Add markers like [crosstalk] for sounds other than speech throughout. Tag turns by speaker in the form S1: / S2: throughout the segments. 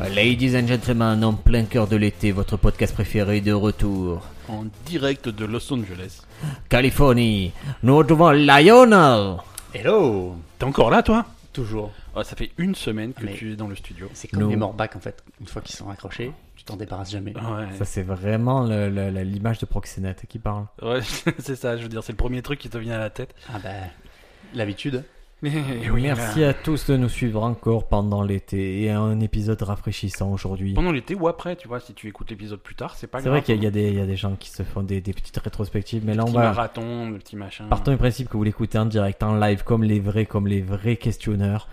S1: Euh,
S2: Ladies and gentlemen, en plein cœur de l'été, votre podcast préféré est de retour.
S3: en direct de Los Angeles.
S2: Californie, nous retrouvons Lionel.
S4: Hello
S3: T'es encore là, toi
S4: Toujours.
S3: Ah, Ça fait une semaine que
S4: Mais-
S3: tu es dans le studio.
S4: C'est comme
S2: Non.
S4: les morbacs en fait. Une fois qu'ils sont accrochés, tu t'en débarrasses jamais.
S1: Ah.
S3: Ouais,
S1: Ça, c'est vraiment le- le- le- l'image de Proxénète qui parle.
S3: Ouais, [laughs] c'est ça, je veux dire, c'est le premier truc qui te vient à la tête. Ah,
S4: Ah bah, l'habitude.
S3: Mais
S1: Merci à tous de nous suivre encore pendant l'été et un épisode rafraîchissant aujourd'hui.
S3: Pendant l'été ou après, tu vois, si tu écoutes l'épisode plus tard, c'est pas
S1: C'est
S3: grave.
S1: vrai qu'il y, a- il y a des- il y a des gens qui se font des, des petites rétrospectives, mais là, on
S3: Petit
S1: va.
S3: marathon, le petit machin.
S1: Partons du principe que vous l'écoutez en direct, en live, comme les vrais, comme les vrais questionneurs.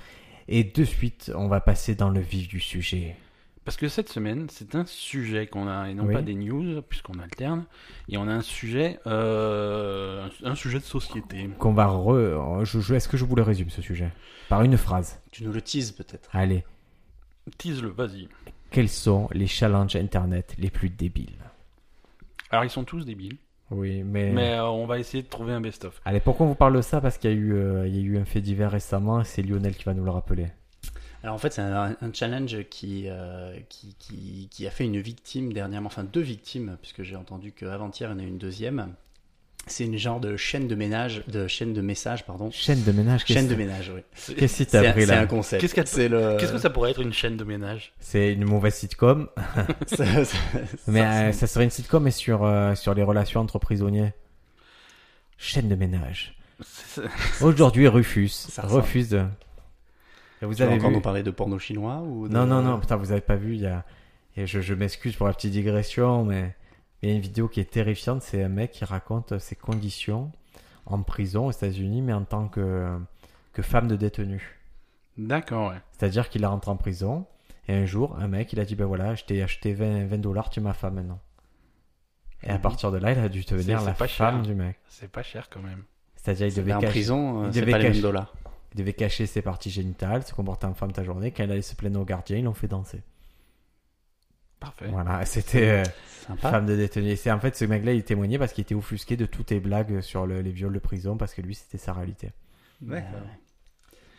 S1: Et de suite, on va passer dans le vif du sujet.
S3: Parce que cette semaine, c'est un sujet qu'on a, et non
S1: Oui.
S3: pas des news, puisqu'on alterne, et on a un sujet, euh, un sujet de société.
S1: Qu'on va re. je- je- Est-ce que je vous le résume ce sujet Par une phrase.
S4: Tu nous le teases peut-être.
S1: Allez.
S3: Tease-le, vas-y.
S1: Quels sont les challenges internet les plus débiles
S3: Alors, ils sont tous débiles,
S1: Oui,
S3: mais euh, on va essayer de trouver un best-of.
S1: Allez, pourquoi on vous parle de ça Parce qu'il y, a eu, euh, il y a eu un fait divers récemment et c'est Lionel qui va nous le rappeler.
S4: Alors en fait, c'est un, un challenge qui, euh, qui, qui, qui a fait une victime dernièrement, enfin deux victimes, puisque j'ai entendu qu'avant-hier, il y en a eu une deuxième. C'est une genre de chaîne de ménage, de chaîne de messages, pardon.
S1: Chaîne de ménage,
S4: Chaîne
S1: qu'est-ce
S4: de ménage, oui.
S1: qu'est-ce que
S4: C'est
S1: t'as
S4: un,
S1: pris
S4: c'est un
S1: là
S4: concept.
S3: Qu'est-ce qu'elle-
S1: [laughs]
S4: C'est le...
S3: Qu'est-ce que
S4: [laughs]
S3: ça pourrait être une chaîne de ménage
S1: C'est une mauvaise sitcom,
S4: ça- ça-
S1: [laughs] mais
S4: ça-
S1: euh, ça serait une sitcom mais sur, euh, sur les relations entre prisonniers. Chaîne de
S4: [laughs]
S1: ménage.
S3: C'est-
S1: Aujourd'hui, Rufus
S4: Ça ressemble.
S1: refuse de... Et vous
S4: Tu vas
S1: avez
S4: encore
S1: vu
S4: nous parler de porno chinois ou de-
S1: Non, non, non, putain, vous avez pas vu, il y a... et je, je m'excuse pour la petite digression, mais il y a une vidéo qui est terrifiante, c'est un mec qui raconte ses conditions en prison aux États-Unis, mais en tant que, que femme de détenu.
S3: D'accord, ouais.
S1: C'est-à-dire qu'il rentre en prison, et un jour, un mec, il a dit, ben voilà, je t'ai acheté 20 dollars, tu es ma femme maintenant. Et à
S3: Mhm.
S1: partir de là, il a dû devenir
S3: C'est-
S1: la
S3: c'est pas
S1: femme
S3: cher.
S1: du mec.
S3: C'est pas cher quand même.
S1: C'est-à-dire, il
S4: Ben,
S1: devait,
S4: en
S1: cacher-
S4: prison, euh,
S1: il
S4: c'est
S1: devait
S4: pas les mêmes
S1: cacher-
S4: dollars.
S1: il devait cacher ses parties génitales, se comporter en femme toute la journée, quand il allait se plaindre au gardien, ils l'ont fait danser.
S3: Parfait.
S1: Voilà, c'était... euh,
S4: Sympa.
S1: Femme de détenu. C'est en fait ce mec-là, il témoignait parce qu'il était offusqué de toutes les blagues sur le- les viols de prison parce que lui, c'était sa réalité.
S4: Bah ouais.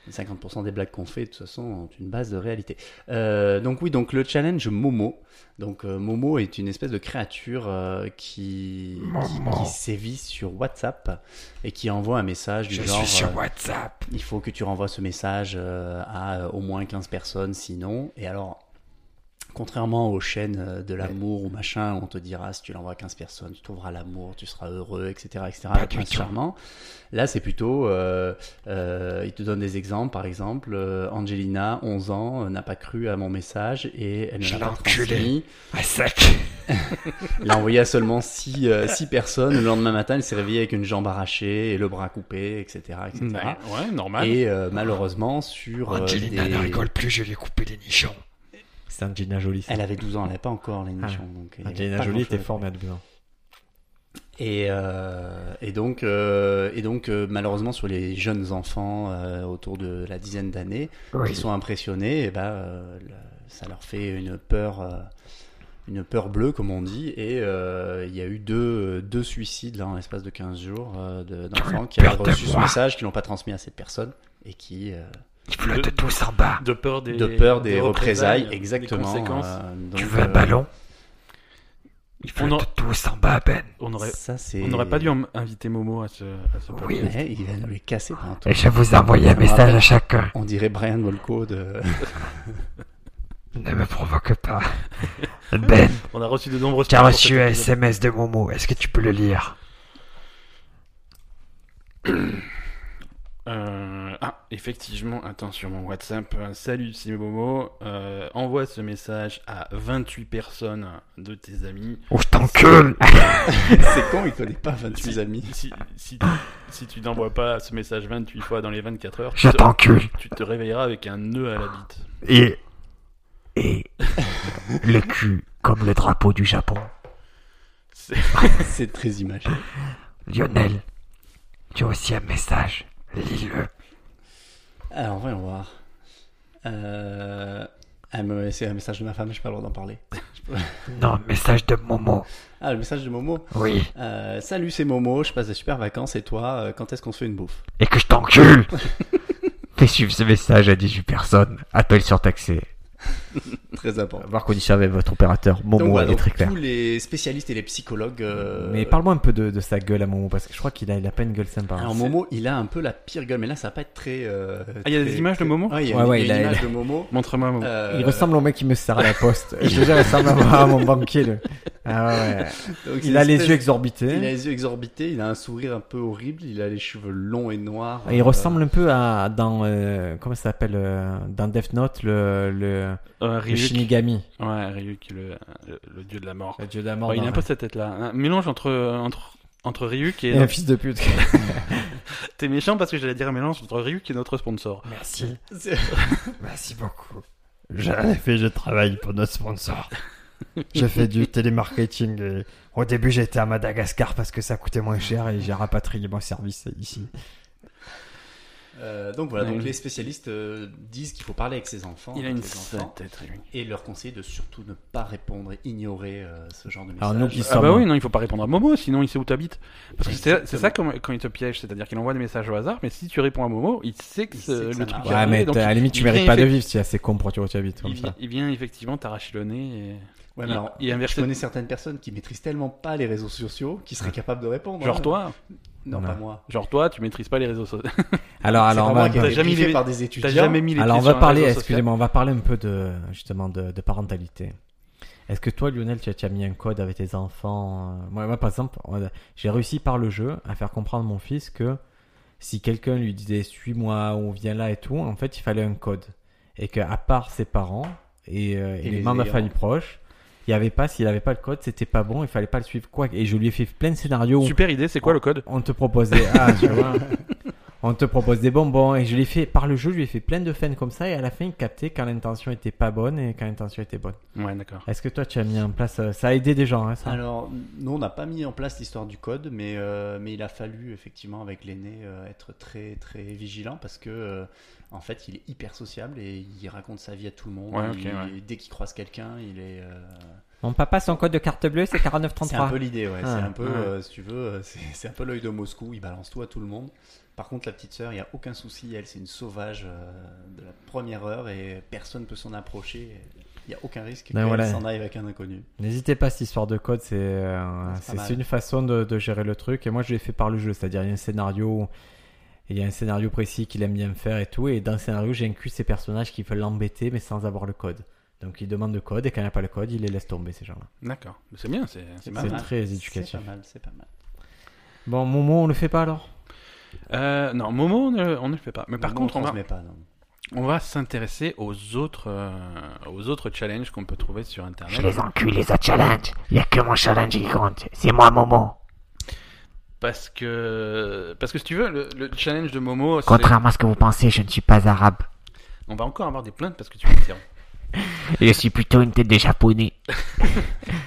S4: 50% des blagues qu'on fait, de toute façon, ont une base de réalité. Euh, donc oui, donc le challenge Momo. Donc euh, Momo est une espèce de créature euh, qui, qui, qui sévit sur WhatsApp et qui envoie un message du genre euh,
S3: WhatsApp.
S4: il faut que tu renvoies ce message euh, à euh, au moins 15 personnes, sinon. Et alors, contrairement aux chaînes euh, de l'amour ou machin, où on te dira si tu l'envoies à 15 personnes, tu trouveras l'amour, tu seras heureux, etc. etc. le prince charmant. Là, c'est plutôt. euh, euh, il te donne des exemples, par exemple, euh, Angelina, 11 ans, euh, n'a pas cru à mon message et elle ne l'a pas transmis.
S3: À sac.
S4: [laughs] Il l'a envoyé à seulement 6 personnes. Le lendemain matin, elle s'est réveillée avec une jambe arrachée et le bras coupé, etc. etc.
S3: [laughs] Ouais, ouais, normal.
S4: Et euh, malheureusement, sur. euh, des-
S5: plus, je lui ai coupé les nichons.
S1: C'est Angelina Jolie. ça.
S4: Elle avait 12 ans, elle n'avait pas encore l'émission. donc il y avait
S1: Ah. Angelina
S4: pas
S1: Jolie
S4: grand-chose
S1: était
S4: à
S1: formée
S4: faire.
S1: à 12 ans.
S4: Et, euh, et donc, euh, et donc euh, malheureusement, sur les jeunes enfants euh, autour de la dizaine d'années, qui sont impressionnés, et ben, euh, le- ça leur fait une peur. euh, une peur bleue, comme on dit, et euh, il y a eu deux, deux suicides là en l'espace de 15 jours euh, de- d'enfants qui avaient reçu ce message, qui l'ont pas transmis à cette personne, et qui, euh,
S5: Tu veux te tous en bas.
S3: De peur des,
S4: de peur des, représailles,
S3: représailles,
S4: exactement.
S3: Des conséquences.
S4: euh, donc,
S5: Tu veux un
S4: euh,
S5: ballon Il
S3: On
S5: faut
S3: en-
S5: te tous en bas, Ben.
S3: On aurait,
S4: Ça, c'est.
S3: on n'aurait pas dû en- inviter Momo à ce, à ce
S5: Oui.
S3: podcast.
S4: Ouais, il va nous les casser pendant tout.
S5: Et je vous envoie
S4: Ça
S5: un
S4: me
S5: message
S4: rappelle.
S5: à chacun.
S4: On dirait Brian
S3: [laughs]
S4: Molko de.
S5: Ne me provoque pas. [laughs] Ben,
S3: On a reçu de nombreuses
S5: tu as
S3: plaintes pour
S5: reçu
S3: cet
S5: un
S3: épisode.
S5: SMS de Momo. Est-ce que tu peux le lire
S3: Euh, ah, effectivement, attends sur mon WhatsApp. euh, Salut, c'est Momo. Euh, envoie ce message à 28 personnes de tes amis.
S5: Oh, je t'encule
S4: C'est con, il connaît pas 28 amis.
S3: [laughs] Si, si, si tu n'envoies pas ce message 28 fois dans les 24 heures, tu
S5: Je
S3: te,
S5: t'encule
S3: tu te réveilleras avec un nœud à la bite.
S5: Et. [laughs] Et. le cul, comme le drapeau du Japon.
S3: C'est-
S4: C'est très imagé.
S5: Lionel, tu as aussi un message. Lis-le.
S4: Alors, voyons voir. Euh... ah, mais C'est un message de ma femme, je pas le droit d'en parler.
S5: Non, message de Momo.
S4: Ah, le message de Momo.
S5: Oui.
S4: Euh, Salut, c'est Momo, je passe des super vacances et toi, euh, quand est-ce qu'on se fait une bouffe
S5: et que je
S1: [laughs]
S5: t'encule Fais suivre ce message à 18 personnes. Appel surtaxé.
S4: Très important.
S1: Voir Cody Chavez, votre opérateur. Bon,
S4: donc,
S1: bon,
S4: voilà,
S1: il est
S4: donc,
S1: très clair.
S4: tous les spécialistes et les psychologues. euh,
S1: Mais parle-moi un peu de, de sa gueule à Momo, parce que je crois qu'il a, il a pas une gueule sympa. hein.
S4: Alors Momo, il a un peu la pire gueule, mais là ça va pas être très. euh,
S3: Ah, il y a des
S4: très-
S3: images de
S4: très-
S3: Momo
S4: Ah, il y a
S1: Ouais,
S4: une-
S1: ouais,
S4: il y a
S1: il
S4: une
S1: a-
S4: image de Momo.
S3: Montre-moi un moment.
S4: Euh,
S1: Il ressemble au mec qui me sert à la poste. je te jure, il ressemble à à mon banquier. le. Ah ouais.
S4: donc, c'est
S1: Il a
S4: une
S1: les
S4: espèce-
S1: yeux
S4: Il a
S1: exorbités.
S4: les yeux exorbités, il a un sourire un peu horrible, il a les cheveux longs et noirs.
S1: Et Il
S4: euh,
S1: ressemble un peu à dans euh, comment ça s'appelle euh, dans Death Note le le,
S3: Euh,
S1: le
S3: Ryuk.
S1: Shinigami,
S3: Ouais, Ryuk, le, le- le dieu de la mort.
S1: le dieu de la mort.
S3: Ouais, il a
S1: dans-
S3: un peu cette tête-là. Un mélange entre, entre, entre Ryuk et.
S1: Et un fils de pute.
S3: T'es méchant parce que j'allais dire un mélange entre Ryuk et notre sponsor.
S1: Merci,
S4: [laughs] c'est-
S1: merci beaucoup.
S2: J'avais fait, je travaille pour notre
S1: [laughs]
S2: sponsor. J'ai fait du télémarketing. et Au début, j'étais à Madagascar parce que ça coûtait moins cher et j'ai rapatrié mon service ici.
S4: euh, donc voilà, donc
S3: Ouais.
S4: les spécialistes euh, disent qu'il faut parler avec ses enfants,
S3: Il a
S4: avec
S3: une
S4: les enfants,
S3: sale tête, Ryuk.
S4: et leur conseillent de surtout ne pas répondre, ignorer euh, ce genre de message.
S1: Alors, nous qui
S3: Ah
S1: sommes-
S3: bah oui, non, il faut pas répondre à Momo, sinon il sait où t'habites. Parce que c'est
S4: Exactement.
S3: c'est ça comme- quand, il te piège, c'est-à-dire qu'il envoie des messages au hasard, mais si tu réponds à Momo, il sait que
S4: Il sait que
S3: euh,
S4: ça
S3: le truc
S4: marche.
S3: est
S1: Ouais,
S3: arrivé,
S1: mais
S3: donc
S1: t'as- à la limite,
S3: il
S1: tu mérites
S3: vient
S1: pas de
S3: effe-
S1: vivre si assez con pour tuer où tu habites
S3: Il,
S1: comme ça.
S3: vient- il vient effectivement t'arracher le nez et...
S4: Ouais,
S3: il-
S4: mais alors,
S3: il inverse-
S4: je connais certaines personnes qui maîtrisent tellement pas les réseaux sociaux qu'ils seraient capables de répondre.
S3: Genre
S4: hein.
S3: toi,
S4: Non,
S1: Non.
S4: pas moi.
S3: genre toi, tu maîtrises pas les réseaux sociaux.
S1: Alors,
S4: C'est
S1: alors,
S4: pas
S1: on va,
S4: moi qui ai
S3: T'as
S4: été
S3: jamais
S4: briefé
S3: mis-
S4: par des étudiants.
S3: T'as jamais mis les
S1: alors on va
S3: pieds sur un réseau
S1: parler,
S3: social.
S1: excusez-moi, on va parler un peu de justement de, de parentalité. Est-ce que toi, Lionel, tu as, tu as mis un code avec tes enfants euh, moi, moi, par exemple, on- j'ai réussi par le jeu à faire comprendre mon fils que si quelqu'un lui disait suis-moi ou viens là et tout, en fait, il fallait un code. Et qu'à part ses parents et, euh, et les
S4: Et les
S1: membres de la
S4: ayants.
S1: famille proche, il y avait pas, s'il avait pas le code, c'était pas bon, il fallait pas le suivre quoi. Et je lui ai fait plein de scénarios où
S3: Super idée, c'est quoi le code
S1: on te propose des... Ah, tu vois. On te propose des bonbons et je l'ai fait par le jeu, je lui ai fait plein de fans comme ça et à la fin il captait quand l'intention était pas bonne et quand l'intention était bonne.
S3: Ouais, d'accord.
S1: Est-ce que toi tu as mis en place euh, ça a aidé des gens hein, ça
S4: Alors, nous, on n'a pas mis en place l'histoire du code, mais, euh, mais il a fallu, effectivement, avec l'aîné, euh, être très, très vigilant parce que, euh, en fait, il est hyper sociable et il raconte sa vie à tout le monde.
S3: Ouais, ok,
S4: Il-
S3: ouais.
S4: Dès qu'il croise quelqu'un, il est. euh,
S1: Mon papa son code de carte bleue c'est
S4: C'est un
S1: 4933.
S4: peu l'idée, ouais.
S1: Ah,
S4: c'est un peu,
S3: ouais.
S4: euh, si tu veux, euh, c'est c'est un peu l'œil de Moscou. Il balance tout à tout le monde. Par contre, la petite sœur, il n'y a aucun souci. Elle, c'est une sauvage euh, de la première heure et personne ne peut s'en approcher. Il n'y a aucun risque
S1: Ben
S4: qu'elle
S1: voilà.
S4: s'en aille avec un inconnu.
S1: N'hésitez pas cette histoire de code, c'est euh,
S4: Ah, C'est pas
S1: c'est
S4: mal.
S1: c'est une façon de, de gérer le truc et moi je l'ai fait par le jeu, c'est-à-dire il y a un scénario il y a un scénario précis qu'il aime bien faire et tout et dans le scénario j'inclus ces personnages qui veulent l'embêter mais sans avoir le code. Donc il demande le code et quand il n'y a pas le code, il les laisse tomber ces gens-là.
S3: D'accord. C'est bien, c'est c'est pas
S1: C'est
S3: mal.
S1: très éducatif.
S4: C'est pas mal, c'est pas mal.
S1: Bon, Momo, on le fait pas alors
S3: Euh, non, Momo, on ne, on ne le fait pas. Mais par
S4: Non,
S3: contre, on
S4: on
S3: va,
S4: transmet pas, non.
S3: on va s'intéresser aux autres, euh, aux autres challenges qu'on peut trouver sur
S2: Je
S3: Internet.
S2: les encule, les a challenge. Il n'y a que mon challenge qui compte. C'est moi, Momo.
S3: Parce que, parce que si tu veux, le, le challenge de Momo, c'est-
S2: Contrairement à ce que vous pensez, je ne suis pas arabe.
S3: on va encore avoir des plaintes parce que tu m'étires.
S2: Je suis plutôt une tête de japonais.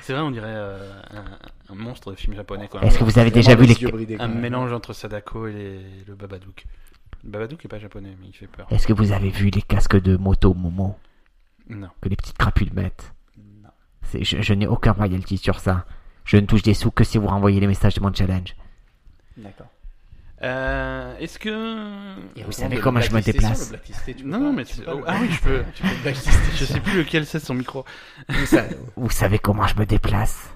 S3: C'est vrai, on dirait euh, un, un monstre de film japonais. Quoi.
S2: Est-ce que vous avez déjà vu
S4: Vraiment
S2: les... Ah,
S4: yeux bridés,
S3: Un
S4: quand même.
S3: mélange entre Sadako et les- le Babadook. Le Babadook est pas japonais, mais il fait peur.
S2: Est-ce que vous avez vu les casques de moto, Momo
S3: Non.
S2: Que les petites crapules mettent
S4: Non.
S2: C'est- Je, je n'ai aucun royalty sur ça. Je ne touche des sous que si vous renvoyez les messages de mon challenge.
S4: D'accord.
S3: Euh, Est-ce que
S2: vous savez comment je me déplace.
S3: non, non, mais c'est- oh, ah oui, je peux.
S4: [laughs] Tu peux blacklister
S3: Je sais plus lequel c'est son micro.
S2: Vous savez comment je me déplace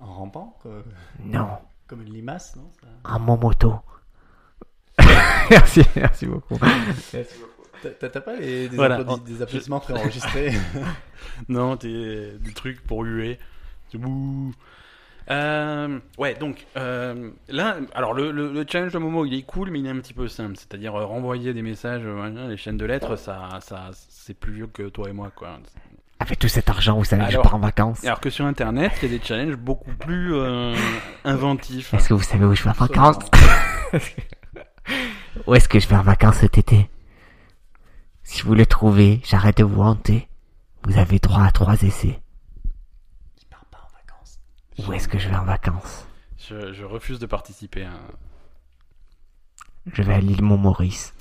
S4: En rampant, quoi,
S2: Non,
S4: comme une limace, non ça
S2: en mon moto. [laughs] merci,
S1: [laughs]
S2: merci beaucoup.
S4: T'as- T'as t'as pas les, des,
S3: Voilà,
S4: applaudi-
S3: on-
S4: des applaudissements
S2: [laughs]
S4: préenregistrés
S3: Non, t'es du truc pour huer. C'est bouh. Euh, ouais, donc euh, là, alors le, le- le challenge de Momo, il est cool, mais il est un petit peu simple. C'est-à-dire euh, renvoyer des messages, euh, les chaînes de lettres, ça, ça, c'est plus vieux que toi et moi, quoi.
S2: Avec tout cet argent, vous savez que je
S3: Alors-
S2: pars en vacances.
S3: Alors que sur Internet, il y a des challenges beaucoup plus euh, inventifs.
S2: Est-ce que vous savez où je vais en vacances [laughs] Où est-ce que je vais en vacances cet été Si vous le trouvez, j'arrête de vous hanter. Vous avez droit à trois essais.
S4: Il part pas en vacances.
S2: Où est-ce que je vais en vacances
S3: Je, je refuse de participer. hein.
S2: Je vais à l'île [laughs] Montmaurice.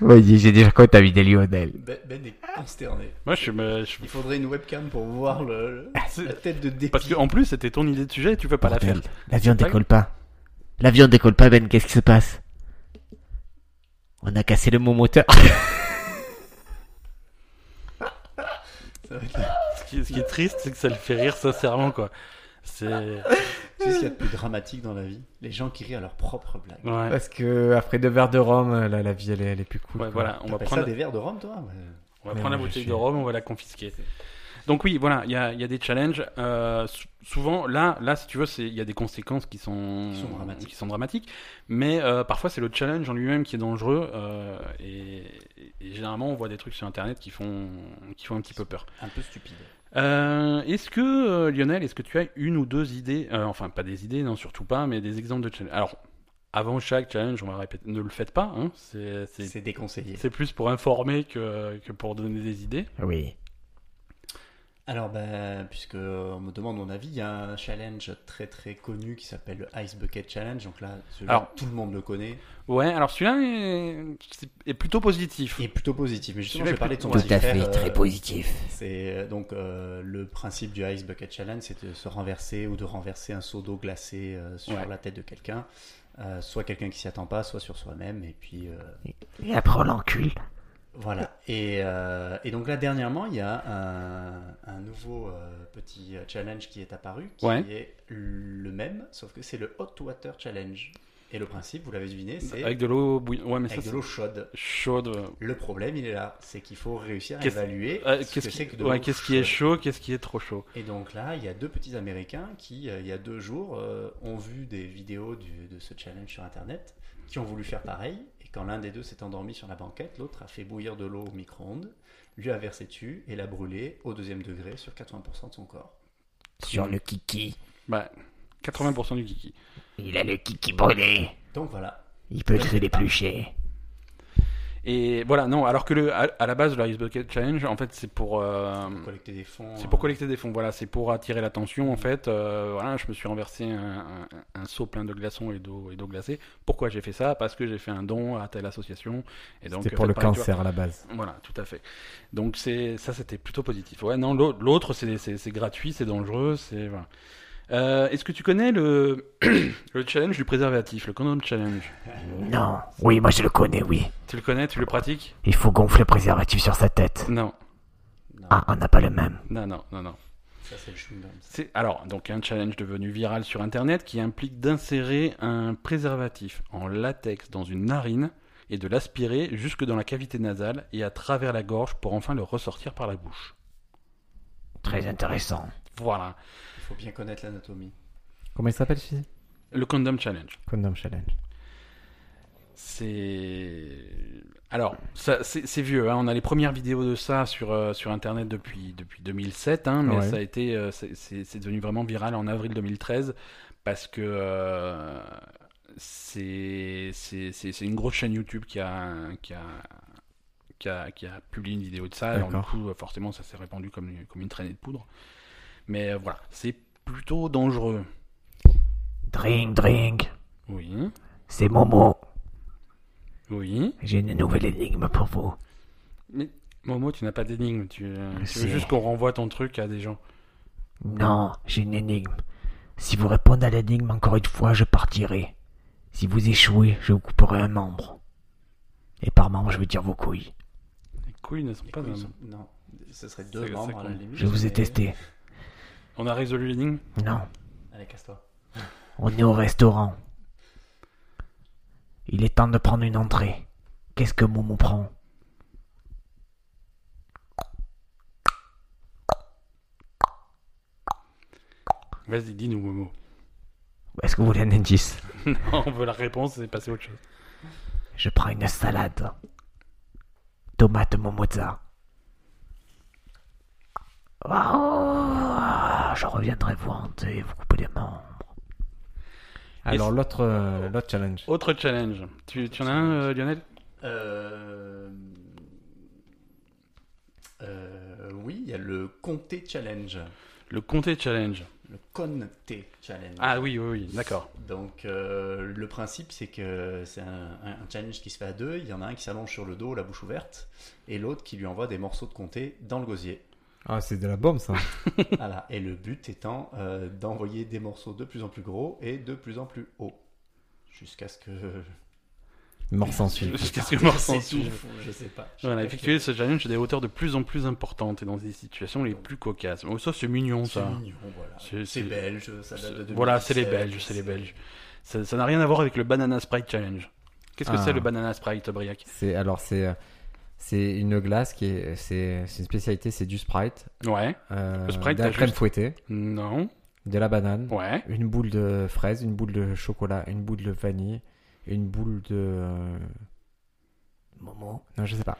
S2: Vas-y, j'ai déjà contaminé Lionel.
S4: Ben, Ben est consterné.
S3: Moi, je me. je-
S4: Il faudrait une webcam pour voir le, le- la tête de dépit.
S3: Parce qu'en plus, c'était ton idée de sujet et tu peux pas la faire.
S2: L'avion
S3: C'est pas-
S2: décolle pas. L'avion décolle pas, Ben, qu'est-ce qui se passe On a cassé le mot moteur.
S3: Ce qui, ce qui est triste, c'est que ça le fait rire sincèrement, quoi. C'est.
S4: Tu sais ce qu'il y a de plus dramatique dans la vie Les gens qui rient à leurs propres blagues.
S3: Ouais.
S1: Parce que après deux verres de rhum, là, la vie elle est, elle est plus cool.
S3: Ouais,
S1: quoi.
S3: voilà, on va
S4: T'appelles
S3: prendre,
S4: ça des verres de rhum, toi Ouais.
S3: on va
S1: Mais
S3: prendre la
S1: non,
S3: bouteille
S1: je
S3: de
S1: suis-
S3: rhum, on va la confisquer. Donc oui, voilà, il y a, il y a des challenges. euh, sou- souvent, là, là, si tu veux, c'est- il y a des conséquences qui sont,
S4: Qui sont dramatiques.
S3: qui sont dramatiques. Mais euh, parfois, c'est le challenge en lui-même qui est dangereux. euh, et, et généralement, on voit des trucs sur Internet qui font, qui font un petit peu peur.
S4: Un peu stupide.
S3: Euh, est-ce que, euh, Lionel, est-ce que tu as une ou deux idées, euh, enfin pas des idées, non surtout pas, mais des exemples de challenge Alors, avant chaque challenge, on va répéter, ne le faites pas, hein, c'est, c'est-
S4: C'est déconseillé.
S3: c'est plus pour informer que, que pour donner des idées.
S2: [laughs] Oui.
S4: Alors, ben, puisque on me demande mon avis, il y a un challenge très très connu qui s'appelle le Ice Bucket Challenge. Donc là, celui-là,
S3: Alors-
S4: tout le monde le connaît.
S3: Ouais, alors celui-là est, c'est- est plutôt positif.
S4: Il est plutôt positif. Mais justement, je
S3: Celui-là
S4: vais parler de
S3: est
S4: son
S3: plutôt-
S4: petit
S2: Tout à
S4: frère,
S2: fait,
S4: euh,
S2: très positif.
S4: C'est euh, donc euh, le principe du Ice Bucket Challenge, c'est de se renverser ou de renverser un seau d'eau glacée euh, sur
S3: Ouais.
S4: la tête de quelqu'un. Euh, soit quelqu'un qui s'y attend pas, soit sur soi-même. Et puis, euh,
S2: Et après, on l'encule.
S4: Voilà. Et, euh, et donc là, dernièrement, il y a un, un nouveau euh, petit challenge qui est apparu, qui
S3: Ouais.
S4: est le même, sauf que c'est le Hot Water Challenge. Et le principe, vous l'avez deviné, c'est
S3: Bah, Avec
S4: avec,
S3: de l'eau bouillante. Ouais, mais ça,
S4: de
S3: c'est
S4: l'eau chaude.
S3: chaude. ouais.
S4: Le problème, il est là, c'est qu'il faut réussir à
S3: Qu'est-ce-
S4: évaluer
S3: Euh,
S4: ce que
S3: qu'est-ce,
S4: c'est que
S3: qui...
S4: de
S3: ouais,
S4: l'eau
S3: qu'est-ce qui est
S4: chaude.
S3: chaud, qu'est-ce qui est trop chaud
S4: Et donc là, il y a deux petits Américains qui, euh, il y a deux jours, euh, ont vu des vidéos du- de ce challenge sur Internet, qui ont voulu faire pareil. Et quand l'un des deux s'est endormi sur la banquette, l'autre a fait bouillir de l'eau au micro-ondes, lui a versé dessus et l'a brûlé au deuxième degré sur 80% de son corps.
S2: Sur le kiki.
S3: Bah, 80% du kiki.
S2: Il a le kiki brûlé.
S4: Donc voilà.
S2: Il peut se l'éplucher.
S3: Et voilà, non, alors que le, à, à la base, le Ice Bucket Challenge, en fait, c'est pour. euh,
S4: Collecter des fonds.
S3: C'est pour collecter des fonds, voilà, c'est pour attirer l'attention en fait. Euh, voilà, je me suis renversé un, un- un seau plein de glaçons et d'eau et d'eau glacée. Pourquoi j'ai fait ça Parce que j'ai fait un don à telle association. Et donc
S1: C'était
S3: euh,
S1: pour le
S3: faites pareil, tu
S1: cancer à la base.
S3: vois. Voilà, tout à fait. Donc c'est ça, c'était plutôt positif. Ouais, non, l'au- l'autre c'est c'est- c'est gratuit, c'est dangereux, c'est voilà. Euh, Est-ce que tu connais le [clears throat] le challenge du préservatif, le condom challenge
S2: Non. Oui, moi je le connais, oui.
S3: Tu le connais, tu le pratiques
S2: Il faut gonfler le préservatif sur sa tête.
S3: Non,
S4: euh, Non,
S2: Ah, on n'a pas le même.
S3: non, non, non, non.
S4: ça c'est le chewing-gum.
S3: C'est alors donc un challenge devenu viral sur internet qui implique d'insérer un préservatif en latex dans une narine et de l'aspirer jusque dans la cavité nasale et à travers la gorge pour enfin le ressortir par la bouche.
S2: Très intéressant.
S3: Voilà,
S4: Il faut bien connaître l'anatomie.
S1: Comment il s'appelle, Fizi
S3: le condom challenge.
S1: Condom Challenge.
S3: C'est alors ça, c'est c'est vieux. hein. On a les premières vidéos de ça sur euh, sur internet depuis depuis 2007, hein, mais
S1: Ouais.
S3: ça a été euh, c'est- c'est c'est devenu vraiment viral en avril 2013 parce que euh, c'est c'est c'est- c'est une grosse chaîne YouTube qui a qui a qui a, qui a publié une vidéo de ça. Alors du
S1: D'accord.
S3: coup, euh, forcément, ça s'est répandu comme une- comme une traînée de poudre. Mais euh, voilà, c'est plutôt dangereux.
S2: Drink, drink.
S3: Oui,
S2: C'est Momo.
S3: oui.
S2: J'ai une nouvelle énigme pour vous.
S3: Mais Momo, tu n'as pas d'énigme. Tu, euh, tu veux
S2: Si.
S3: juste qu'on renvoie ton truc à des gens.
S2: Non, j'ai une énigme. Si vous répondez à l'énigme encore une fois, je partirai. Si vous échouez, je vous couperai un membre. Et par membre, je veux dire vos couilles.
S3: Les couilles ne sont
S4: Les
S3: pas
S4: couilles
S3: un-
S4: sont- Non, ce serait deux
S3: Ça- ça
S4: membres à la
S3: compte.
S4: limite.
S2: Je vous ai
S4: mais- euh,
S2: testé.
S3: On a résolu l'énigme
S2: Non,
S4: Allez, casse-toi.
S2: on est au restaurant. Il est temps de prendre une entrée. Qu'est-ce que Momo prend
S3: Vas-y, dis-nous, Momo. [laughs]
S2: Est-ce que vous voulez un indice
S3: Non, on veut la réponse et passer à autre chose.
S2: Je prends une salade. Tomate momozza. Oh, je reviendrai vous hanter, vous couper les membres.
S1: Alors, l'autre euh, l'autre challenge.
S3: Autre challenge. Tu, tu en as un, euh, Lionel
S4: Euh... euh, Oui, il y a le Comté Challenge.
S3: Le comté challenge.
S4: Le Comté Challenge.
S3: Ah oui, oui, oui, d'accord.
S4: Donc, euh, le principe, c'est que c'est un, un- un challenge qui se fait à deux. Il y en a un qui s'allonge sur le dos, la bouche ouverte, et l'autre qui lui envoie des morceaux de comté dans le gosier.
S1: Ah, c'est de la bombe, ça.
S4: voilà. Et le but étant euh, d'envoyer des morceaux de plus en plus gros et de plus en plus haut. [laughs] Jusqu'à ce que
S1: Mort sans suite.
S3: Qu'est-ce que mort sans
S4: C'est tout,
S3: suite
S4: Je sais pas.
S3: Voilà, effectuer ce challenge à des hauteurs de plus en plus importantes et dans des situations les plus cocasses. Oh, ça, c'est mignon,
S4: C'est
S3: ça.
S4: mignon, voilà.
S3: C'est- c'est-
S4: C'est belge, ça date de 2017.
S3: Voilà, c'est les Belges, c'est les Belges. Ça ça n'a rien à voir avec le Banana Sprite Challenge. Qu'est-ce que
S1: Ah.
S3: c'est le Banana Sprite, Briac
S1: C'est alors c'est euh, c'est une glace qui est c'est c'est une spécialité, c'est du Sprite,
S3: Ouais,
S1: euh,
S3: Le Sprite,
S1: de la
S3: t'as
S1: crème
S3: juste-
S1: fouettée,
S3: non,
S1: de la banane,
S3: ouais,
S1: une boule de fraise, une boule de chocolat, une boule de vanille, une boule de momo. Non, je sais pas.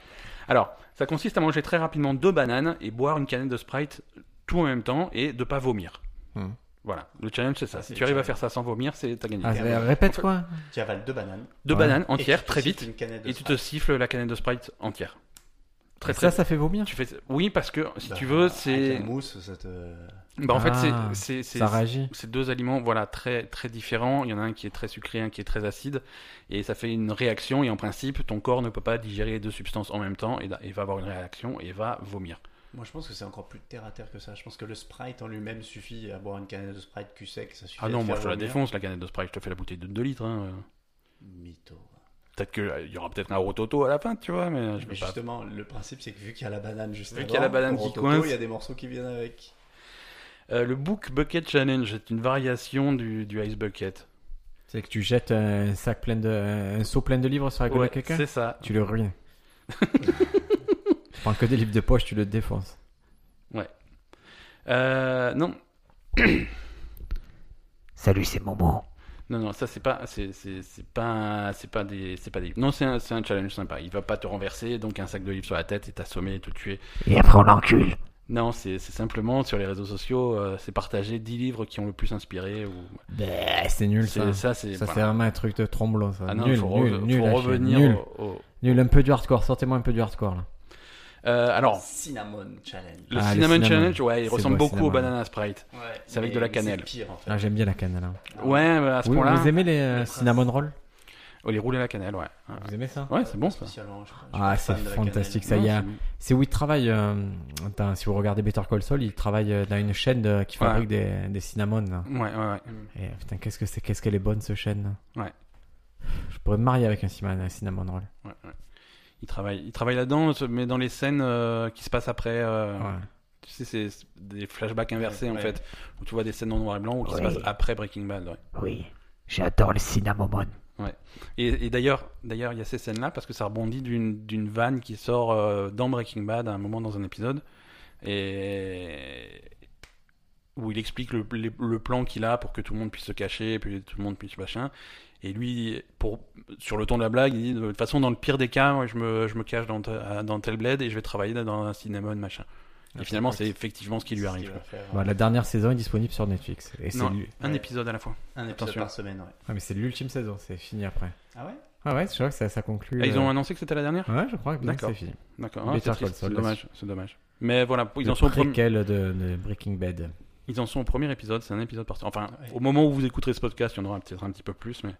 S3: Alors, ça consiste à manger très rapidement deux bananes et boire une canette de Sprite tout en même temps et de pas vomir.
S1: Hmm.
S3: Voilà, le challenge c'est ça.
S4: Ah,
S3: si
S4: c'est
S3: tu arrives à
S4: challenge.
S3: faire ça sans vomir, c'est t'as gagné.
S1: Ah,
S4: carrément.
S1: euh, répète quoi
S4: Tu avales deux bananes.
S3: deux
S1: ouais.
S3: bananes
S4: et tu
S3: entières
S4: te
S3: très
S4: siffles
S3: vite
S4: une canette de
S3: et tu te
S4: Sprite.
S3: siffles la canette de Sprite entière. Très
S1: Et Ça,
S3: très.
S1: ça fait vomir.
S3: Tu fais oui parce que si
S4: Bah,
S3: tu veux
S4: avec
S3: c'est
S4: la mousse, ça te.
S3: bah en fait c'est-
S1: Ah,
S3: c'est c'est
S1: Ça réagit.
S3: c'est deux aliments voilà très très différents. Il y en a un qui est très sucré, un qui est très acide et ça fait une réaction et en principe ton corps ne peut pas digérer les deux substances en même temps et, et va avoir une réaction et va vomir.
S4: Moi, je pense que c'est encore plus terre à terre que ça. Je pense que le Sprite en lui-même suffit à boire une canette de Sprite cul sec, ça suffit.
S3: Ah
S4: à
S3: non
S4: te
S3: moi
S4: faire
S3: je te la
S4: vomir.
S3: défonce la canette de Sprite, je te fais la bouteille de 2 litres. hein.
S4: Mytho.
S3: Peut-être qu'il y aura peut-être un rototo à la fin tu vois mais Ah, je
S4: Mais
S3: vais pas
S4: justement, le principe, c'est que vu qu'il y a la banane juste
S3: Vu
S4: avant,
S3: qu'il y a la banane
S4: pour
S3: qui
S4: Rototo,
S3: coince.
S4: il y a des morceaux qui viennent avec.
S3: Euh, le Book Bucket Challenge, c'est une variation du, du Ice Bucket.
S1: C'est que tu jettes un sac plein de un seau plein de livres sur la gueule
S3: Ouais,
S1: de quelqu'un.
S3: c'est ça.
S1: Tu le
S3: [laughs]
S1: ruines. tu prends que des livres de poche, tu le défonces.
S3: Euh, non,
S2: Salut, c'est Momo.
S3: non, non, ça c'est pas, c'est, c'est, c'est pas, c'est pas des, c'est pas des. Non, c'est un, c'est un challenge sympa. Il va pas te renverser, donc un sac de livres sur la tête et t'assommer et te tuer.
S2: Et après, on l'encule.
S3: Non, c'est, c'est simplement sur les réseaux sociaux, euh, c'est partager 10 livres qui ont le plus inspiré ou.
S1: Bah, c'est nul
S3: C'est-
S1: ça. Ça,
S3: ça, c'est.
S1: c'est
S3: voilà.
S1: vraiment un truc de tromblon ça.
S3: Ah non,
S1: nul,
S3: faut, re-
S1: nul,
S3: faut
S1: nul, à chier.
S3: revenir
S1: nul.
S3: au- au-
S1: Nul, un peu du hardcore, sortez-moi un peu du hardcore là.
S3: Euh, alors,
S4: Cinnamon Challenge.
S3: le
S1: Ah, le
S3: cinnamon,
S1: cinnamon.
S3: challenge, ouais, il
S1: C'est
S3: ressemble
S1: beau,
S3: beaucoup au
S1: cinnamon.
S3: banana sprite.
S4: Ouais,
S3: C'est avec
S4: mais-
S3: de la
S4: mais
S3: cannelle.
S4: C'est pire en fait.
S1: Ah, j'aime bien la cannelle. hein.
S3: Ouais, bah, à ce
S1: Oui,
S3: point-là,
S1: vous aimez les euh,
S4: le prince.
S1: cinnamon rolls
S3: oh, les rouler à la cannelle, ouais.
S1: Vous aimez ça
S3: Ouais, c'est bon ça.
S4: Spécialement, je crois. Je suis
S1: Ah,
S4: pas
S1: c'est
S4: fan de la
S1: fantastique ça.
S3: Non,
S1: il y a-
S3: c'est bon.
S1: C'est où il travaille. euh, attends, si vous regardez Better Call Saul, il travaille euh, dans une chaîne de- qui
S3: Ouais.
S1: fabrique des, des cinnamones. là.
S3: Ouais, ouais, ouais.
S1: Et euh, putain, qu'est-ce que c'est Qu'est-ce qu'elle est bonne ce chaîne là.
S3: Ouais.
S1: Je pourrais me marier avec un cinnamon, un cinnamon roll.
S3: ouais, ouais. Il travaille, il travaille là-dedans, mais dans les scènes euh, qui se passent après. euh,
S1: Ouais.
S3: Tu sais, c'est c'est des flashbacks inversés en
S4: Ouais.
S3: fait, où tu vois des scènes en noir et blanc ou qui se
S2: Ouais.
S3: passent après Breaking Bad. ouais.
S2: Oui, j'adore le cinnamomon.
S3: Et, et d'ailleurs, d'ailleurs, il y a ces scènes-là parce que ça rebondit d'une d'une vanne qui sort euh, dans Breaking Bad à un moment dans un épisode et où il explique le, les- le plan qu'il a pour que tout le monde puisse se cacher, et puis tout le monde puisse machin. Et lui, pour, sur le ton de la blague, il dit de toute façon, dans le pire des cas, moi, je me, je me cache dans, te- à- dans tel bled et je vais travailler dans un cinnamon machin. Et
S1: Ah,
S3: finalement,
S1: c'est
S3: c'est effectivement ce qui lui
S4: Ce qu'il
S3: arrive.
S4: va faire,
S1: Bon, Bah, la dernière saison est disponible sur Netflix. Et c'est
S3: Non.
S1: lui-
S3: Un
S4: Ouais.
S3: épisode à la fois.
S4: Un épisode
S3: Attention.
S4: par semaine, ouais.
S1: Ah, mais c'est l'ultime saison, c'est fini après.
S4: Ah ouais
S1: Ah ouais, je crois que ça, ça conclut.
S3: Ah, ils ont
S1: euh,
S3: annoncé que c'était la dernière
S1: Ouais, je crois que bien que
S3: D'accord.
S1: c'est fini.
S3: D'accord.
S1: Better
S3: Ah, c'est
S1: Call
S3: triste,
S1: Saul,
S3: c'est
S1: là,
S3: dommage, c'est dommage. Mais voilà, ils
S1: Le
S3: en sont au premier.
S1: préquel de, de Breaking Bad.
S3: Ils en sont au premier épisode, c'est un épisode par Enfin,
S4: Ouais.
S3: au moment où vous écouterez ce podcast, il y en aura peut-être un petit peu plus, mais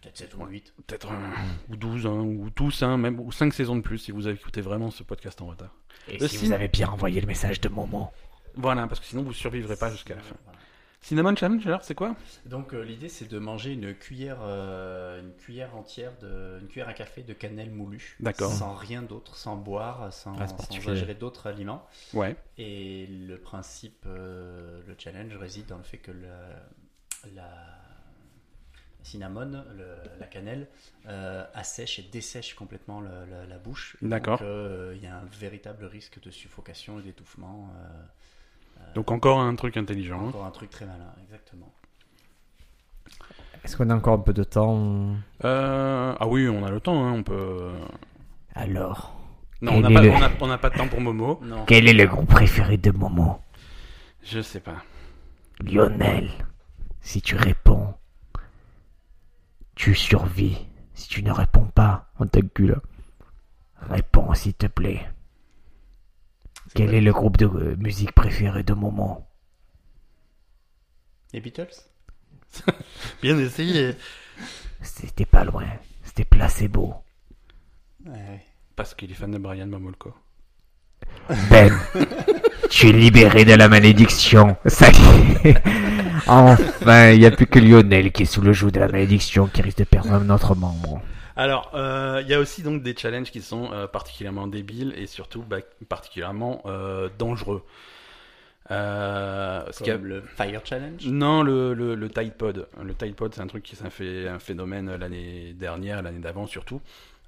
S4: Peut-être 7 ou 8.
S3: peut-être euh, ou 12, hein, ou tous, hein, même, ou 5 saisons de plus si vous avez écouté vraiment ce podcast en retard.
S2: Et
S3: Le
S2: si
S3: cin-
S2: vous avez bien envoyé le message de Momo.
S3: Voilà, parce que sinon vous survivrez pas jusqu'à la fin.
S4: Voilà.
S3: Cinnamon Challenge, alors, c'est quoi
S4: Donc euh, l'idée c'est de manger une cuillère, euh, une cuillère entière, de, une cuillère à café de cannelle moulue,
S3: D'accord.
S4: sans rien d'autre, sans boire, sans,
S1: Ah, c'est
S4: sans
S1: particulier.
S4: ingérer d'autres aliments.
S3: Ouais.
S4: Et le principe, euh, le challenge réside dans le fait que la, la cinnamone, le- la cannelle, euh, assèche et dessèche complètement la, la- la bouche. Et
S3: D'accord.
S4: donc, euh, Il y a un véritable risque de suffocation et d'étouffement. euh,
S3: Donc encore un truc intelligent. hein.
S4: Encore un truc très malin, exactement.
S1: Est-ce qu'on a encore un peu de temps
S3: Euh, ah oui, on a le temps, hein, on peut.
S2: Alors,
S3: Non, on n'a
S2: Quel
S3: pas,
S2: est le-
S3: on a- on n'a pas de temps pour Momo.
S4: Non.
S2: quel est le groupe préféré de Momo
S3: Je sais pas.
S2: Lionel. Si tu réponds, tu survis. Si tu ne réponds pas, on t'encule. Réponds, s'il te plaît. Quel est le groupe de euh, musique préféré de Momo
S4: Les Beatles
S3: Bien essayé.
S2: C'était pas loin. C'était placebo.
S4: Ouais.
S3: Parce qu'il est fan de Brian Mamolko.
S2: Ben, tu es libéré de la malédiction. Ça y est. Enfin, il n'y a plus que Lionel qui est sous le joug de la malédiction qui risque de perdre un autre membre.
S3: Alors, euh, il y a aussi donc des challenges qui sont euh, particulièrement débiles et surtout bah, particulièrement euh, dangereux. Euh, ce qu'il y a-
S4: Comme le Fire Challenge.
S3: Non, le, le, le Tide Pod. Le Tide Pod, c'est un truc qui s'est fait un phénomène l'année dernière, l'année d'avant surtout.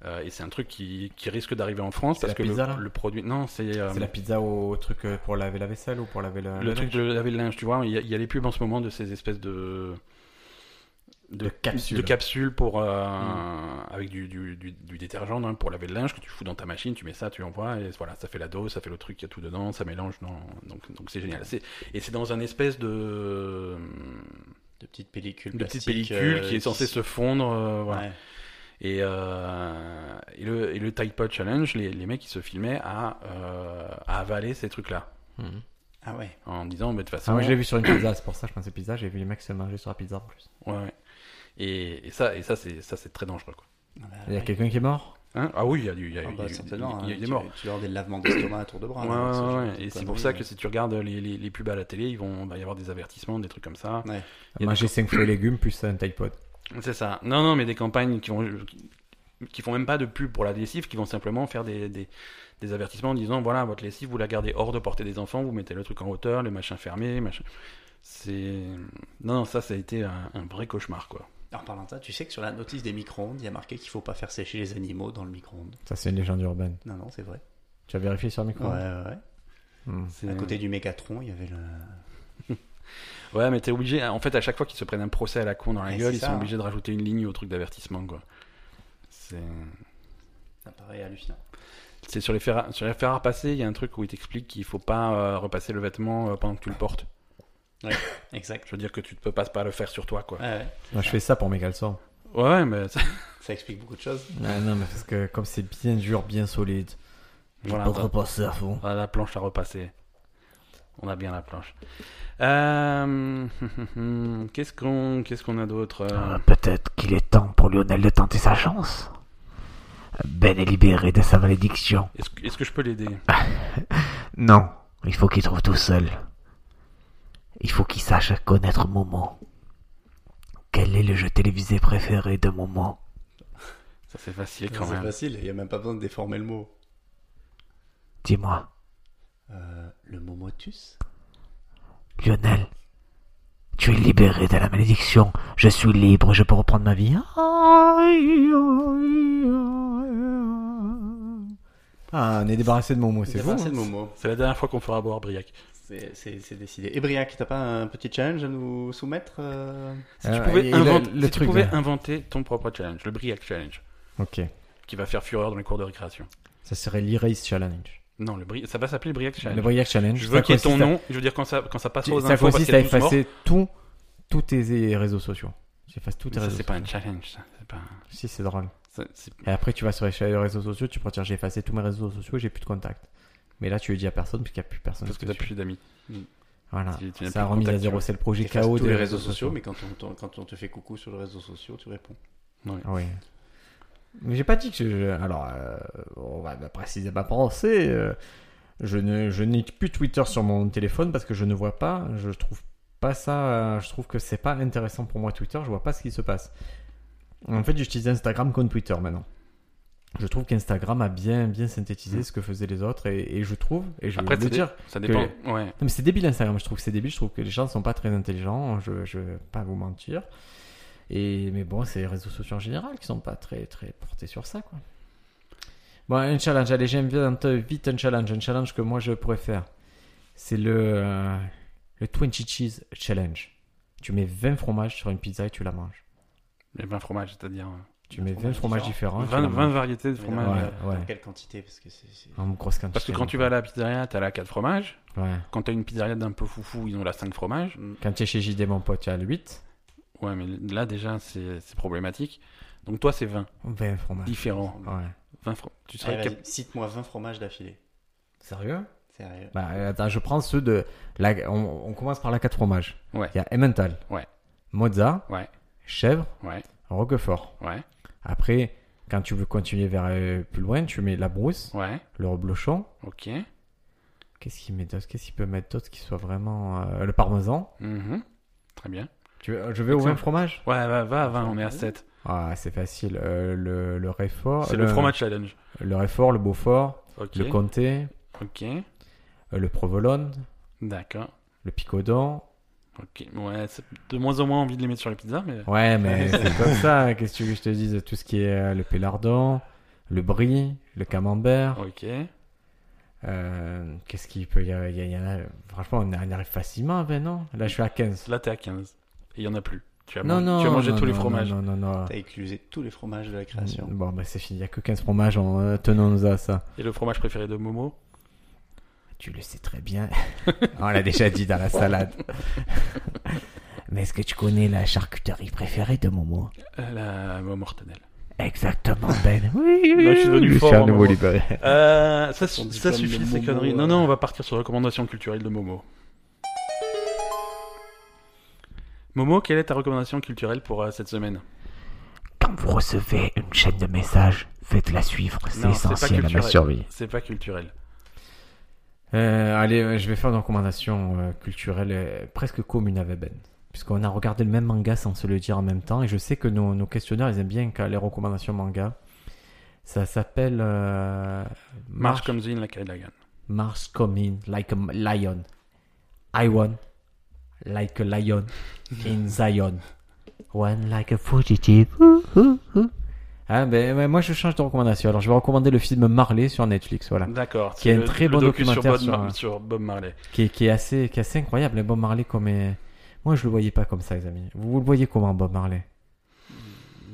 S3: Euh, et c'est un truc qui, qui risque d'arriver en France
S1: C'est
S3: parce
S1: la
S3: que
S1: pizza,
S3: le,
S1: là
S3: le produit. Non, c'est euh,
S1: C'est la pizza au truc euh, pour laver la vaisselle ou pour laver Ah, le,
S3: le truc de laver le linge. Tu vois, il y, a, il y a les pubs en ce moment de ces espèces de.
S1: De capsules.
S3: de capsules pour, euh, avec du, du, du- du détergent hein, pour laver le linge que tu fous dans ta machine, tu mets ça, tu envoies, et voilà, ça fait la dose, ça fait le truc qui a tout dedans, ça mélange, dans- donc donc c'est génial. C'est- Et c'est dans un espèce de.
S4: De petites pellicules.
S3: de petite
S4: plastiques,
S3: pellicule
S4: euh,
S3: qui est censée se fondre. euh, voilà.
S4: Ouais.
S3: et, euh, et le, et le Tide Pod Challenge, les, les mecs ils se filmaient à, euh, à avaler ces trucs-là.
S1: Mhm.
S4: Ah ouais.
S3: En disant, mais de toute
S1: Ah,
S3: façon.
S1: moi, je l'ai vu sur une pizza, c'est pour ça que je pensais pizza. J'ai vu les mecs se manger sur la pizza en plus.
S3: Ouais, ouais. Et, et ça, et ça c'est ça, c'est très dangereux. Quoi.
S4: Ah bah,
S1: Il y a
S4: ouais.
S1: quelqu'un qui est mort
S3: Hein ah oui, il y a du. il y a-
S4: Ah
S3: il y
S4: bah,
S3: a eu-
S4: certainement.
S3: il y a eu
S4: hein,
S3: des
S4: tu-
S3: morts.
S4: Tu leur des lavements d'estomac à tour de bras.
S3: Ouais,
S4: hein, ce genre
S3: ouais,
S4: de
S3: ouais. Et c'est
S4: conneries,
S3: pour ça que
S4: ouais.
S3: si tu regardes les, les, les pubs à la télé, ils vont bah, y avoir des avertissements, des trucs comme ça.
S4: Ouais.
S3: Il y a
S1: Manger 5 fruits et légumes plus un Tide Pod.
S3: C'est ça. Non, non, mais des campagnes qui vont qui- qui font même pas de pub pour la lessive, qui vont simplement faire des, des, des avertissements en disant voilà votre lessive vous la gardez hors de portée des enfants, vous mettez le truc en hauteur, le machin fermé, machin. C'est non, non, ça ça a été un, un vrai cauchemar quoi.
S4: En parlant de ça, tu sais que sur la notice des micro-ondes, il y a marqué qu'il faut pas faire sécher les animaux dans le micro-ondes.
S1: Ça, c'est une légende urbaine.
S4: Non, non, c'est vrai.
S1: Tu as vérifié sur le micro
S4: Ouais, ouais, ouais.
S1: Hmm.
S3: Ah C'est-
S4: À côté du Mégatron, il y avait le.
S3: Ouais, mais t'es obligé. En fait, à chaque fois qu'ils se prennent un procès à la con dans la
S4: Ouais,
S3: gueule,
S4: c'est
S3: ils
S4: ça,
S3: sont
S4: hein.
S3: obligés de rajouter une ligne au truc d'avertissement quoi. C'est
S4: Ça paraît hallucinant.
S3: c'est sur les fers à- sur les fers à repasser, il y a un truc où ils t'expliquent qu'il faut pas euh, repasser le vêtement euh, pendant que tu le portes.
S4: Exact.
S3: Je veux dire que tu ne peux pas, pas le faire sur toi quoi.
S4: Ouais, ouais.
S1: Moi, je fais ça pour mes caleçons.
S3: Ouais, mais
S4: [laughs]
S3: ça-
S4: Ça explique beaucoup de choses.
S1: Ah, non, mais parce que comme c'est bien dur, bien solide,
S3: voilà.
S1: on repasser à fond.
S3: On a la planche à repasser. On a bien la planche. Euh, [laughs] Qu'est-ce qu'on qu'est-ce qu'on a d'autre euh,
S2: Euh,
S4: Ah.
S2: Peut-être qu'il est temps pour Lionel de tenter sa chance. Ben est libéré de sa malédiction.
S3: Est-ce que- est-ce que je peux l'aider
S2: Non, il faut qu'il trouve tout seul. Il faut qu'il sache connaître Momo. Quel est le jeu télévisé préféré de Momo
S3: Ça c'est facile
S4: C'est
S3: quand même.
S4: facile, il n'y a même pas besoin de déformer le mot.
S2: Dis-moi,
S4: Euh, le mot motus
S2: Lionel, tu es libéré de la malédiction. Je suis libre, je peux reprendre ma vie.
S1: Ah, on est débarrassé de Momo, c'est hein. vous.
S4: C'est le Momo.
S3: C'est la dernière fois qu'on fera boire Briac.
S4: C'est c'est décidé. Et Briac, t'as pas un petit challenge à nous soumettre euh
S3: Si tu
S1: Ah,
S3: pouvais,
S1: il- il a
S3: inventer-
S1: le
S3: si tu
S1: truc, hein.
S3: pouvais
S1: là.
S3: inventer ton propre challenge, le Briac challenge,
S1: Ok.
S3: qui va faire fureur dans les cours de récréation.
S1: Ça serait l'Erase Challenge.
S3: Non, le Bri- ça va s'appeler le Briac
S1: Le
S3: challenge.
S1: Briac Challenge.
S3: Je
S1: ça
S3: veux qu'il y ait ton
S1: consiste à-
S3: nom. Je veux dire quand ça quand ça passe
S1: tu-
S3: aux
S1: Ça
S3: infos parce
S1: consiste
S3: qu'il y
S1: à
S3: a 12 morts.
S1: effacer tout- tous tes réseaux sociaux. J'efface tous
S3: Mais
S1: tes
S3: Ça
S1: réseaux
S3: c'est
S1: sociaux.
S3: pas un challenge. ça. C'est pas.
S1: Si, c'est drôle.
S3: ça, c'est-
S1: Et après, tu vas sur les réseaux sociaux, tu pourras dire j'ai effacé tous mes réseaux sociaux et j'ai plus de contact. Mais là, tu le dis à personne parce qu'il n'y a plus personne.
S3: Parce que t'as
S1: dessus.
S3: plus d'amis.
S1: Voilà.
S3: tu- tu n'as plus
S1: Ça a
S3: de
S1: remis à
S3: contact, tu
S1: zéro.
S3: vois.
S1: C'est le projet
S4: Efface
S1: KO
S4: tous
S1: des
S4: les réseaux sociaux, mais quand on, t'en- quand on te fait coucou sur les réseaux sociaux, tu réponds.
S1: Ah ouais. Mais j'ai pas dit que je- je- Alors, euh, on va préciser ma pensée. euh, je ne, je n'ai plus Twitter sur mon téléphone parce que je ne vois pas. Je trouve pas ça. euh, Je trouve que c'est pas intéressant pour moi Twitter. Je vois pas ce qui se passe. En fait, j'utilise Instagram comme Twitter maintenant. Je trouve qu'Instagram a bien, bien synthétisé ce que faisaient les autres et, et je trouve. Et je
S3: Après
S1: veux
S3: ça
S1: le
S3: dé-
S1: dire.
S3: ça dépend. Ouais.
S1: Non, mais c'est débile Instagram, je trouve que c'est débile, je trouve que les gens ne sont pas très intelligents, je, je vais pas vous mentir. Et, mais bon, c'est les réseaux sociaux en général qui sont pas très, très portés sur ça, quoi. Bon, un challenge, allez, j'invente vite un challenge, un challenge que moi je pourrais faire. C'est le, euh, le 20 Cheese Challenge. Tu mets 20 fromages sur une pizza et tu la manges.
S3: Les 20 fromages, c'est-à-dire euh,
S1: Tu mets 20 fromages différents. et tu
S3: 20,
S1: la
S3: 20
S1: manges.
S3: variétés de
S4: Mais
S3: fromages.
S4: non,
S1: Ouais,
S4: mais
S1: ouais. Ah,
S4: dans Quelle quantité Parce que c'est. c'est-
S1: En grosse quantité.
S3: Parce que quand tu vas à la pizzeria, t'as la 4 fromages.
S1: Ouais.
S3: Quand t'as une pizzeria d'un peu foufou, ils ont la 5 fromages.
S1: Quand tu es chez JD, mon pote, tu as le 8.
S3: Ouais, mais là déjà, c'est c'est problématique. Donc toi, c'est 20
S1: 20 fromages.
S3: différents.
S1: Ouais.
S3: 20 fro- Tu serais
S4: Allez, vas-y,
S3: cap-
S4: Cite-moi 20 fromages d'affilée.
S1: Sérieux
S4: Sérieux.
S1: Bah, attends, je prends ceux de. la- on, on commence par la 4 fromages.
S3: Ouais.
S1: Il y a Emmental.
S3: Ouais.
S1: Mozza.
S3: Ouais.
S1: Chèvre.
S3: Ouais,
S1: Roquefort.
S3: ouais,
S1: Après, quand tu veux continuer vers euh, plus loin, tu mets la brousse,
S3: ouais.
S1: le reblochon.
S3: Ok.
S1: Qu'est-ce qu'il met d'autre Qu'est-ce qu'il peut mettre d'autre qui soit vraiment. euh, le parmesan.
S3: Mhm. Très bien.
S1: Tu veux- je vais au
S3: Excellent.
S1: vin fromage
S3: Ouais, va, va à 20, on est à 7.
S1: Ah, c'est facile. Euh, le, le Réfort.
S3: C'est le fromage challenge.
S1: Le Réfort, le Beaufort,
S3: Ok.
S1: le Comté,
S3: Ok.
S1: euh, le Provolone,
S3: D'accord.
S1: le Picodon.
S3: Ok. Ouais, c'est de moins en moins envie de les mettre sur les pizzas, mais.
S1: Ouais, mais [laughs] c'est comme ça. hein. Qu'est-ce que tu veux que je te dise Tout ce qui est euh, le Pélardon, le Brie, le Camembert.
S3: Ok.
S1: Euh, Qu'est-ce qu'il peut y avoir Il y a- il y en a- Franchement, on y arrive facilement à 20, non Là, je suis à 15.
S3: Là, t'es à 15. Et il y en a plus. Tu as,
S1: Non,
S3: man-
S1: non.
S3: tu as mangé
S1: non,
S3: tous les
S1: non,
S3: fromages.
S1: Non, non, non. non.
S4: T'as éclusé tous les fromages de la création.
S1: Bon, bah c'est fini. Il n'y a que 15 fromages. en- euh, Tenons-nous à ça.
S3: Et le fromage préféré de Momo
S1: Tu le sais très bien. On l'a déjà dit dans la salade.
S2: [laughs] Mais est-ce que tu connais la charcuterie préférée de Momo
S3: Euh, La Momo mortadelle.
S2: Exactement, Ben.
S3: Là, je suis devenu fort. en Momo.
S1: libéré.
S3: Euh, ça,
S4: Son
S3: su- ça
S4: diplôme de
S3: suffit, ces
S4: Momo,
S3: conneries.
S4: euh.
S3: Non, non, on va partir sur recommandation culturelle de Momo. Momo, quelle est ta recommandation culturelle pour euh, cette semaine
S2: Quand vous recevez une chaîne de messages, faites-la suivre. C'est
S3: Non, c'est pas
S2: essentiel à ma
S3: culturel.
S2: survie.
S3: C'est pas culturel.
S1: Euh, allez, euh, je vais faire une recommandation euh, culturelle euh, presque commune avec Ben. Puisqu'on a regardé le même manga sans se le dire en même temps. Et je sais que nos, nos questionneurs, ils aiment bien quand les recommandations manga. Ça s'appelle euh,
S3: Marche comme Zin la Kailagan.
S1: Mars coming like a m- lion. I won like a lion in Zion. One like a fugitive. Ouh, ouh, ouh. Ah ben, ben, moi je change de recommandation. Alors je vais recommander le film Marley sur Netflix, voilà,
S3: D'accord.
S1: Qui est
S3: c'est
S1: un
S3: le-
S1: très
S3: le
S1: bon
S3: docu sur
S1: documentaire
S3: Bob,
S1: sur,
S3: Mar-
S1: euh,
S3: sur Bob Marley.
S1: qui est, qui est assez, qui est assez incroyable. hein, Bob Marley comme est... moi je le voyais pas comme ça, les amis. Vous, vous le voyez comment Bob Marley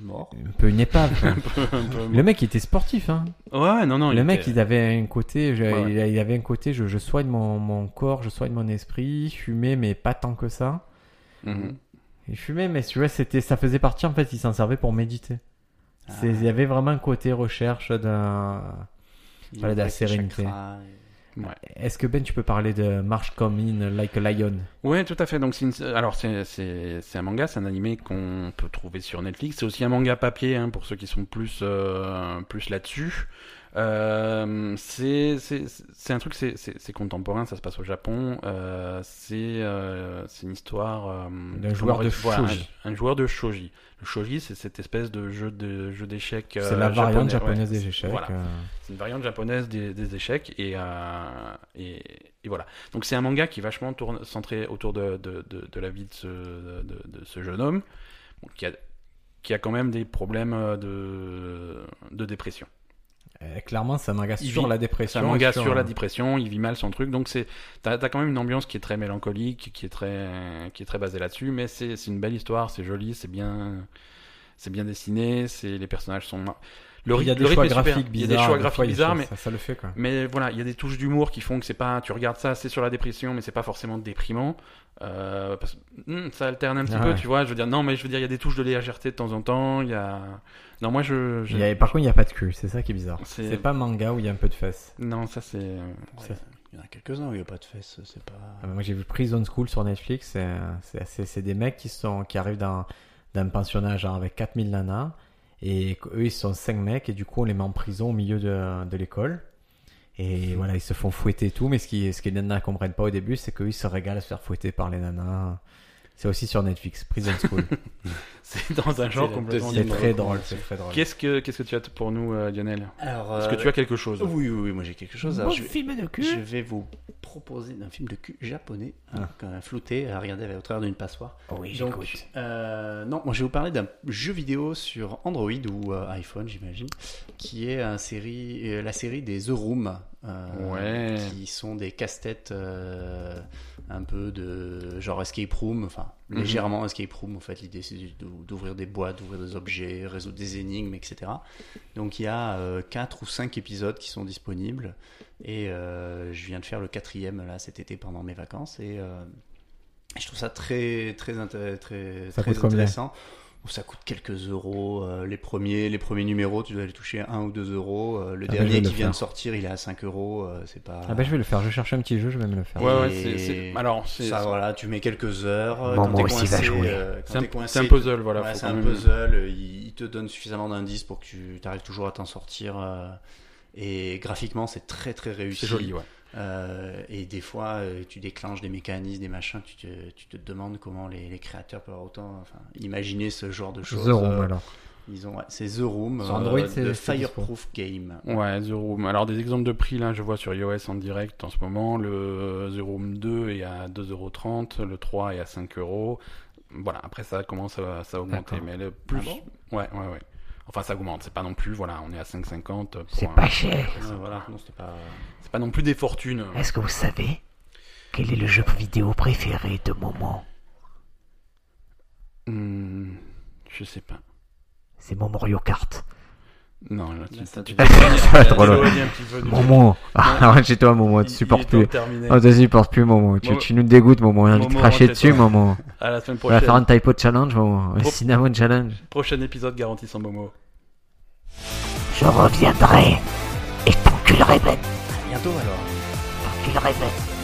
S4: Mort.
S1: Un peu une épave. quoi.
S3: [laughs] [laughs] Un peu- un peu-
S1: le mec il était sportif, hein.
S3: Ouais, non, non.
S1: le
S3: il
S1: mec,
S3: était-
S1: il avait un côté, je-
S3: Ouais.
S1: il, il avait un côté, je, je soigne mon, mon corps, je soigne mon esprit, fumer, mais pas tant que ça.
S3: Mhm.
S1: Il fumait, mais tu vois, c'était, ça faisait partie, en fait, il s'en servait pour méditer. C'est- Il
S3: Ah.
S1: y avait vraiment un côté recherche d'un.
S4: Il
S1: Voilà, de la
S4: ouvrait ses
S1: sérénité.
S4: chakras et-
S1: Est-ce que Ben, tu peux parler de March Come In Like a Lion
S3: Ouais, tout à fait. Donc, c'est une- alors c'est c'est c'est un manga, c'est un animé qu'on peut trouver sur Netflix. C'est aussi un manga papier hein, pour ceux qui sont plus euh, plus là-dessus. Euh, c'est c'est c'est un truc, c'est c'est c'est contemporain, ça se passe au Japon. Euh, c'est euh, c'est une histoire euh, comment
S1: joueur de
S3: on- voilà, un-
S1: shogi.
S3: Un, joueur de shogi. Le shogi, c'est cette espèce de jeu de jeu d'échecs.
S1: C'est
S3: euh,
S1: la variante
S3: japonais,
S1: japonaise
S3: ouais.
S1: des échecs.
S3: Voilà.
S1: euh.
S3: C'est une variante japonaise des, des échecs et, euh, et, et voilà. Donc c'est un manga qui est vachement tourne- centré autour de, de, de- de la vie de ce, de, de ce jeune homme bon, qui, a, qui a quand même des problèmes euh, de, de dépression.
S1: Euh, clairement, c'est un manga
S3: Il
S1: sur
S3: vit-
S1: la
S3: C'est
S1: dépression.
S3: un manga sur,
S1: dépression.
S3: la dépression, il vit mal son truc, donc c'est t'as t'as quand même une ambiance qui est très mélancolique, qui est très qui est très basée là-dessus, mais c'est c'est une belle histoire, c'est joli, c'est bien c'est bien dessiné, c'est les personnages sont le,
S1: Il y a
S3: ryth-
S1: des
S3: le rythme
S1: choix
S3: est super.
S1: graphiques
S3: il y a
S1: bizarres.
S3: des choix
S1: des
S3: graphiques
S1: fois, il-
S3: bizarres,
S1: ça-
S3: mais
S1: ça, ça le fait quoi.
S3: mais voilà, il y a des touches d'humour qui font que c'est pas. Tu regardes ça, c'est sur la dépression, mais c'est pas forcément déprimant. Euh, parce que hmm, ça alterne un petit
S1: Ah
S3: peu,
S1: ouais.
S3: tu vois. Je veux dire, non, mais je veux dire, il y a des touches de légèreté de temps en temps. Il y a. Non, moi je. je-
S1: Il y a- par contre, il n'y a pas de cul, c'est ça qui est bizarre.
S3: C'est-
S1: C'est pas manga où il y a un peu de fesses.
S3: Non, ça c'est.
S1: Ça-
S4: Il y en a quelques-uns où il n'y a pas de fesses, c'est pas.
S1: Ah bah moi j'ai vu Prison School sur Netflix, c'est- euh, c'est assez- c'est des mecs qui, sont, qui arrivent d'un d'un pensionnat genre avec 4000 nanas, et eux ils sont 5 mecs, et du coup on les met en prison au milieu de, de l'école. Et
S3: Mhm.
S1: voilà, ils se font fouetter et tout, mais ce, qui, ce que les nanas comprennent pas au début, c'est qu'eux ils se régalent à se faire fouetter par les nanas. C'est aussi sur Netflix, Prison School.
S3: C'est dans un genre
S4: la
S3: complètement
S1: c'est
S4: deuxième.
S3: différent.
S1: très drôle, c'est très drôle.
S3: Qu'est-ce que qu'est-ce que tu as pour nous, euh, Lionel
S4: Alors,
S3: Est-ce que tu as quelque chose
S4: Oui, oui, oui, moi j'ai quelque chose. Alors,
S2: Bon
S4: je, vais-
S2: film de
S4: je
S2: cul.
S4: vais vous proposer un film de cul japonais, hein, qu'un flouté à regarder au travers d'une passoire.
S2: Oui,
S4: Donc,
S2: j'écoute.
S4: euh, non, moi je vais vous parler d'un jeu vidéo sur Android ou euh, iPhone, j'imagine, qui est un série, euh, la série des The Room, euh,
S3: Ouais.
S4: qui sont des casse-têtes euh, un peu de genre escape room, enfin
S3: Mhm.
S4: légèrement escape room. En fait, l'idée c'est d'ou- d'ouvrir des boîtes, d'ouvrir des objets, résoudre des énigmes, etc. Donc il y a euh, quatre ou cinq épisodes qui sont disponibles et euh, je viens de faire le quatrième là cet été pendant mes vacances et euh, je trouve ça très très intér- très,
S1: Ça
S4: très
S1: coûte combien
S4: intéressant. Bon, Ça coûte quelques euros. euh, les premiers, les premiers numéros, tu dois les toucher à 1 ou 2 euros.
S1: Ah,
S4: euh, le
S1: mais je vais
S4: dernier
S1: le
S4: qui vient
S1: faire.
S4: de sortir, il est à 5 euros. euh, c'est pas.
S1: Ah bah je vais le faire, je cherche un petit jeu, je vais me le faire.
S3: Ouais, ouais,
S4: Et
S3: c'est- c'est- alors, c'est-
S4: ça voilà, tu mets quelques heures. euh,
S2: Maman
S4: quand t'es
S2: aussi
S4: coincé,
S2: va jouer.
S4: euh, quand
S3: C'est un,
S4: t'es coincé,
S3: c'est un puzzle, voilà.
S4: voilà,
S3: faut
S4: c'est
S3: quand
S4: un
S3: même-
S4: puzzle. euh, Il, il te donne suffisamment d'indices pour que tu arrives toujours à t'en sortir. euh, et graphiquement, c'est très très réussi.
S3: C'est joli, ouais.
S4: Euh, et des fois, euh, tu déclenches des mécanismes, des machins, tu te, tu te demandes comment les, les créateurs peuvent avoir autant enfin, imaginer ce genre de choses.
S1: Zero,
S4: euh,
S1: alors.
S4: Ils ont, ouais, c'est The Room,
S1: Sur Android,
S4: euh,
S1: c'est-
S4: de
S1: c'est dispo.
S4: Fireproof Game.
S3: Ouais, The Room. Alors, des exemples de prix, là, je vois sur iOS en direct en ce moment. Le The Room 2 est à 2,30€, le 3 est à 5€. Voilà, après, ça commence à, ça augmenter.
S1: D'accord.
S3: Mais le plus.
S4: Ah
S3: ouais, ouais, ouais. Enfin, ça augmente, c'est pas non plus, voilà, on est à 5,50. pour
S2: C'est
S3: un-
S2: pas cher.
S1: Ah,
S3: Ouais, voilà.
S4: Euh, Non, c'était pas.
S3: C'est pas non plus des fortunes.
S2: Est-ce que vous savez quel est le jeu vidéo préféré de Momo
S3: Hmm, je sais pas.
S2: C'est mon Mario Kart.
S3: Non, là, tu,
S4: Là, ça
S3: tu-
S4: devient-
S1: va être
S3: tu
S1: relou.
S3: t'éloignes un petit peu du-
S1: Momo, Ah, arrête-toi, Momo,
S3: Il-
S1: tu
S3: il est
S1: supportes
S3: temps de
S1: plus.
S3: terminer.
S1: Oh, tu supportes plus, Momo. Tu,
S3: Momo-
S1: tu nous dégoûtes, Momo. On a envie de
S3: Momo,
S1: cracher
S3: rentre chez
S1: dessus,
S3: toi.
S1: Momo.
S3: À la semaine
S1: On va
S3: prochaine.
S1: faire un typo challenge, Momo. Un
S3: Pro-
S1: cinnamon challenge.
S3: Prochain épisode garanti sans Momo.
S2: Je reviendrai et t'enculerai Ben. même.
S4: Bientôt alors.
S2: T'enculerai même.